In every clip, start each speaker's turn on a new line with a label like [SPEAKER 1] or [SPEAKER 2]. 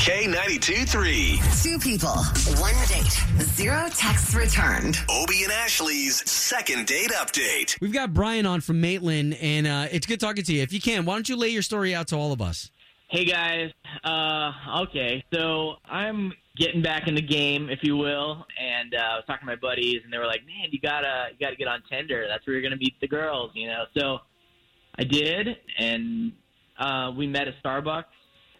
[SPEAKER 1] K92 3.
[SPEAKER 2] Two people, one date, zero texts returned.
[SPEAKER 1] Obie and Ashley's second date update.
[SPEAKER 3] We've got Brian on from Maitland, and uh, it's good talking to you. If you can, why don't you lay your story out to all of us?
[SPEAKER 4] Hey guys, uh, okay, so I'm getting back in the game, if you will, and uh, I was talking to my buddies, and they were like, "Man, you gotta, you gotta get on Tinder. That's where you're gonna meet the girls," you know. So I did, and uh, we met at Starbucks.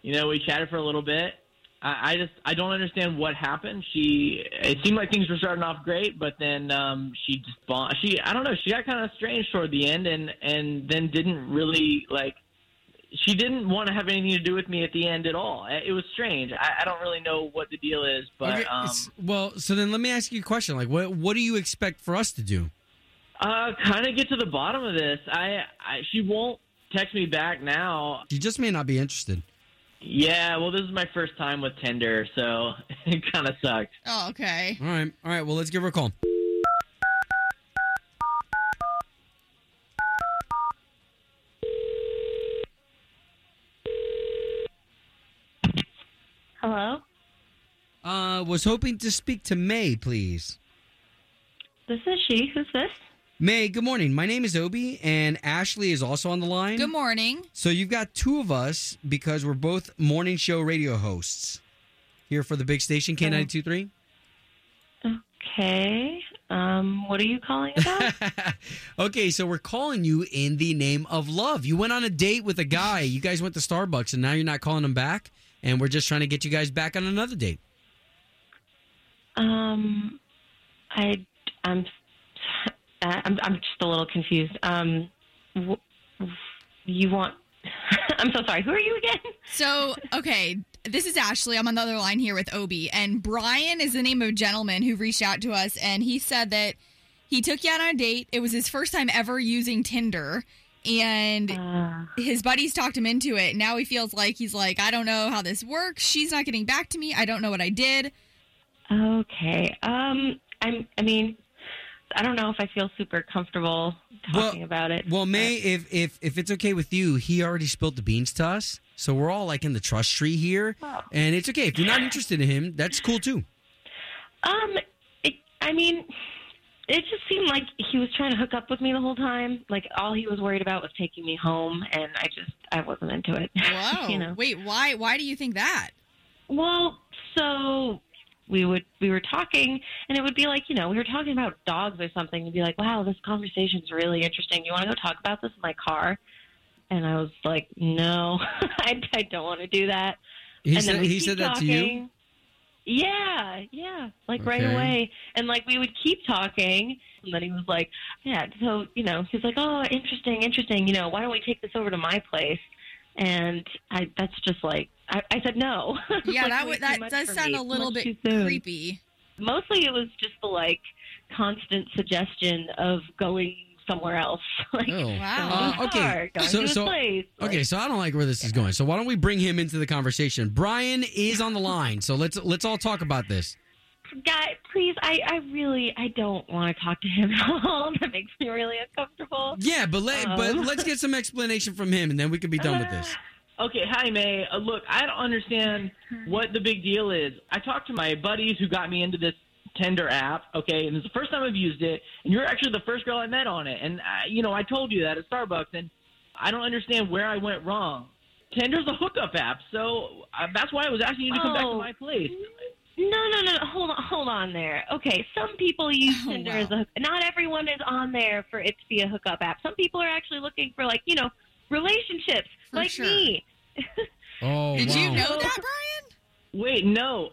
[SPEAKER 4] You know, we chatted for a little bit. I, I just, I don't understand what happened. She, it seemed like things were starting off great, but then um, she just, bon- she, I don't know, she got kind of strange toward the end, and and then didn't really like she didn't want to have anything to do with me at the end at all. It was strange. I, I don't really know what the deal is, but
[SPEAKER 3] Okay,
[SPEAKER 4] um,
[SPEAKER 3] it's- well, so then let me ask you a question. Like, what what do you expect for us to do?
[SPEAKER 4] uh, kind of get to the bottom of this. I, I she won't text me back now.
[SPEAKER 3] You just may not be interested.
[SPEAKER 4] Yeah, well, this is my first time with Tinder, so it kind of sucked.
[SPEAKER 5] Oh, okay.
[SPEAKER 3] All right, all right. Well, let's give her a call.
[SPEAKER 6] Hello,
[SPEAKER 3] Uh, was hoping to speak to May, please.
[SPEAKER 6] this is she. Who's this?
[SPEAKER 3] May, good morning. My name is Obi, and Ashley is also on the line.
[SPEAKER 5] Good morning.
[SPEAKER 3] So you've got two of us because we're both morning show radio hosts here for the big station K923.
[SPEAKER 6] Okay. Um, what are you calling about?
[SPEAKER 3] okay, so we're calling you in the name of love. You went on a date with a guy. You guys went to Starbucks and now you're not calling him back and we're just trying to get you guys back on another date.
[SPEAKER 6] um, I, I'm, I'm, I'm just a little confused. Um, wh- you want? I'm so sorry. Who are you again?
[SPEAKER 5] So, okay, this is Ashley. I'm on the other line here with Obi. And Brian is the name of a gentleman who reached out to us, and he said that he took you out on a date. It was his first time ever using Tinder. And
[SPEAKER 6] Uh,
[SPEAKER 5] his buddies talked him into it. Now he feels like he's like, I don't know how this works. She's not getting back to me. I don't know what I did.
[SPEAKER 6] Uh, okay. Um, I'm. I mean, I don't know if I feel super comfortable talking
[SPEAKER 3] Well-
[SPEAKER 6] about it.
[SPEAKER 3] Well, May, if if if it's okay with you, he already spilled the beans to us. So we're all like in the trust tree here.
[SPEAKER 6] Oh.
[SPEAKER 3] And it's okay. If you're not interested in him, that's cool too.
[SPEAKER 6] Um, it, I mean, it just seemed like he was trying to hook up with me the whole time. Like all he was worried about was taking me home, and I just I wasn't into it.
[SPEAKER 5] Whoa.
[SPEAKER 6] you know.
[SPEAKER 5] Wait, why why do you think that?
[SPEAKER 6] Well, so we would we were talking, and it would be like you know we were talking about dogs or something. We'd be like, wow, this conversation's really interesting. You want to go talk about this in my car? And I was like, no, I, I don't want to do that.
[SPEAKER 3] He
[SPEAKER 6] and
[SPEAKER 3] said
[SPEAKER 6] then we'd
[SPEAKER 3] he
[SPEAKER 6] keep
[SPEAKER 3] said that to you.
[SPEAKER 6] talking. Yeah, yeah, like right
[SPEAKER 3] Okay.
[SPEAKER 6] away. And like we would keep talking, and then he was like, "Yeah." So you know, he's like, "Oh, interesting, interesting. You know, why don't we take this over to my place?" And I, that's just like I, I said no. It's
[SPEAKER 5] Yeah,
[SPEAKER 6] like
[SPEAKER 5] that
[SPEAKER 6] way
[SPEAKER 5] would
[SPEAKER 6] too
[SPEAKER 5] that
[SPEAKER 6] much
[SPEAKER 5] does
[SPEAKER 6] for
[SPEAKER 5] sound
[SPEAKER 6] me.
[SPEAKER 5] a
[SPEAKER 6] It's
[SPEAKER 5] little
[SPEAKER 6] much
[SPEAKER 5] bit
[SPEAKER 6] too soon.
[SPEAKER 5] creepy.
[SPEAKER 6] Mostly, it was just the like constant suggestion of going somewhere else, like
[SPEAKER 3] Oh.
[SPEAKER 5] Wow.
[SPEAKER 3] Uh, okay.
[SPEAKER 6] Going
[SPEAKER 3] So-
[SPEAKER 6] to a
[SPEAKER 3] so-
[SPEAKER 6] place. like-
[SPEAKER 3] Okay, so I don't like where this is going. So why don't we bring him into the conversation? Brian is on the line, so let's let's all talk about this.
[SPEAKER 6] guy, please, I, I really, I don't want to talk to him at all. That makes me really uncomfortable.
[SPEAKER 3] Yeah, but let but
[SPEAKER 6] Um.
[SPEAKER 3] let's get some explanation from him, and then we can be done with this.
[SPEAKER 4] Okay, hi May. Uh, look, I don't understand
[SPEAKER 6] Hmm.
[SPEAKER 4] what the big deal is. I talked to my buddies who got me into this Tinder app, okay, and it's the first time I've used it, and you're actually the first girl I met on it. And I, you know, I told you that at Starbucks, and I don't understand where I went wrong. Tinder's a hookup app, so uh, that's why I was asking you to come back to
[SPEAKER 6] Oh.
[SPEAKER 4] my place.
[SPEAKER 6] No, no, no, no. Hold on, hold on there. Okay, some people use
[SPEAKER 5] Oh,
[SPEAKER 6] Tinder
[SPEAKER 5] wow.
[SPEAKER 6] as a. hook- Not everyone is on there for it to be a hookup app. Some people are actually looking for like you know relationships,
[SPEAKER 5] For
[SPEAKER 6] like
[SPEAKER 5] sure.
[SPEAKER 6] me.
[SPEAKER 3] Oh,
[SPEAKER 5] Did you
[SPEAKER 6] wow.
[SPEAKER 5] know that, Brian?
[SPEAKER 4] Wait, no.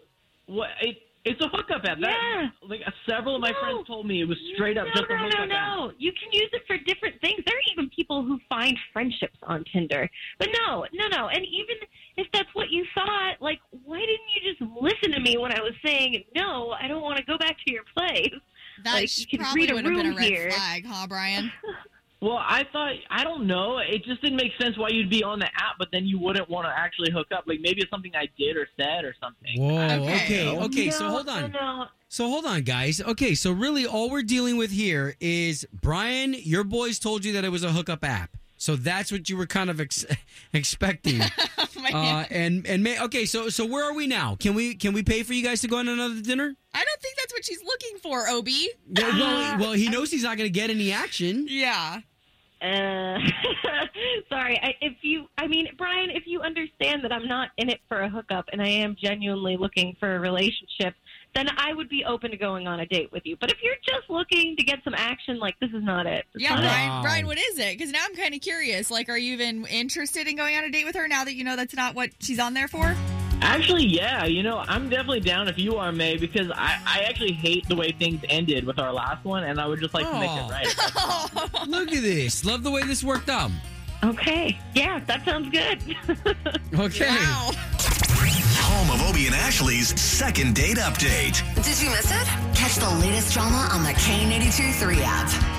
[SPEAKER 4] What? It, It's a hookup app.
[SPEAKER 6] Yeah.
[SPEAKER 4] That, like several of my
[SPEAKER 6] No.
[SPEAKER 4] friends told me it was straight up
[SPEAKER 6] No,
[SPEAKER 4] just a
[SPEAKER 6] no, no,
[SPEAKER 4] hookup app.
[SPEAKER 6] no. You can use it for different things. There are even people who find friendships on Tinder. But no, no, no. And even if that's what you thought, like, why didn't you just listen to me when I was saying, no, I don't want to go back to your place?
[SPEAKER 5] That
[SPEAKER 6] Like,
[SPEAKER 5] sh-
[SPEAKER 6] you could
[SPEAKER 5] probably
[SPEAKER 6] read a
[SPEAKER 5] would have been a
[SPEAKER 6] room
[SPEAKER 5] red
[SPEAKER 6] here.
[SPEAKER 5] flag, huh, Brian?
[SPEAKER 4] Well, I thought I don't know. It just didn't make sense why you'd be on the app, but then you wouldn't want to actually hook up. Like maybe it's something I did or said or something.
[SPEAKER 3] Whoa. Okay.
[SPEAKER 5] Okay.
[SPEAKER 3] Okay.
[SPEAKER 6] no,
[SPEAKER 3] so hold on.
[SPEAKER 6] No, no.
[SPEAKER 3] So hold on, guys. Okay. So really, all we're dealing with here is Brian. Your boys told you that it was a hookup app. So that's what you were kind of ex- expecting.
[SPEAKER 5] Oh, man.
[SPEAKER 3] Uh, and and may, okay. So so where are we now? Can we can we pay for you guys to go on another dinner?
[SPEAKER 5] I don't think that's what she's looking for, Obi.
[SPEAKER 3] Well, well, well, he knows he's not going to get any action.
[SPEAKER 5] Yeah.
[SPEAKER 6] Uh, sorry. I, if you, I mean, Brian, if you understand that I'm not in it for a hookup and I am genuinely looking for a relationship, then I would be open to going on a date with you. But if you're just looking to get some action, like this is not it. It's
[SPEAKER 5] Yeah,
[SPEAKER 6] not it.
[SPEAKER 5] Brian,
[SPEAKER 3] Wow.
[SPEAKER 5] Brian, what is it? Because now I'm kind of curious. Like, are you even interested in going on a date with her now that you know that's not what she's on there for?
[SPEAKER 4] Actually, yeah, you know, I'm definitely down if you are May because I, I actually hate the way things ended with our last one, and I would just like to make
[SPEAKER 3] Oh.
[SPEAKER 4] it right.
[SPEAKER 3] Look at this. Love the way this worked out.
[SPEAKER 6] Okay. Yeah, that sounds good.
[SPEAKER 3] Okay.
[SPEAKER 5] Wow.
[SPEAKER 1] Home of Obie and Ashley's second date update.
[SPEAKER 2] Did you miss it? Catch the latest drama on the K82 3 app.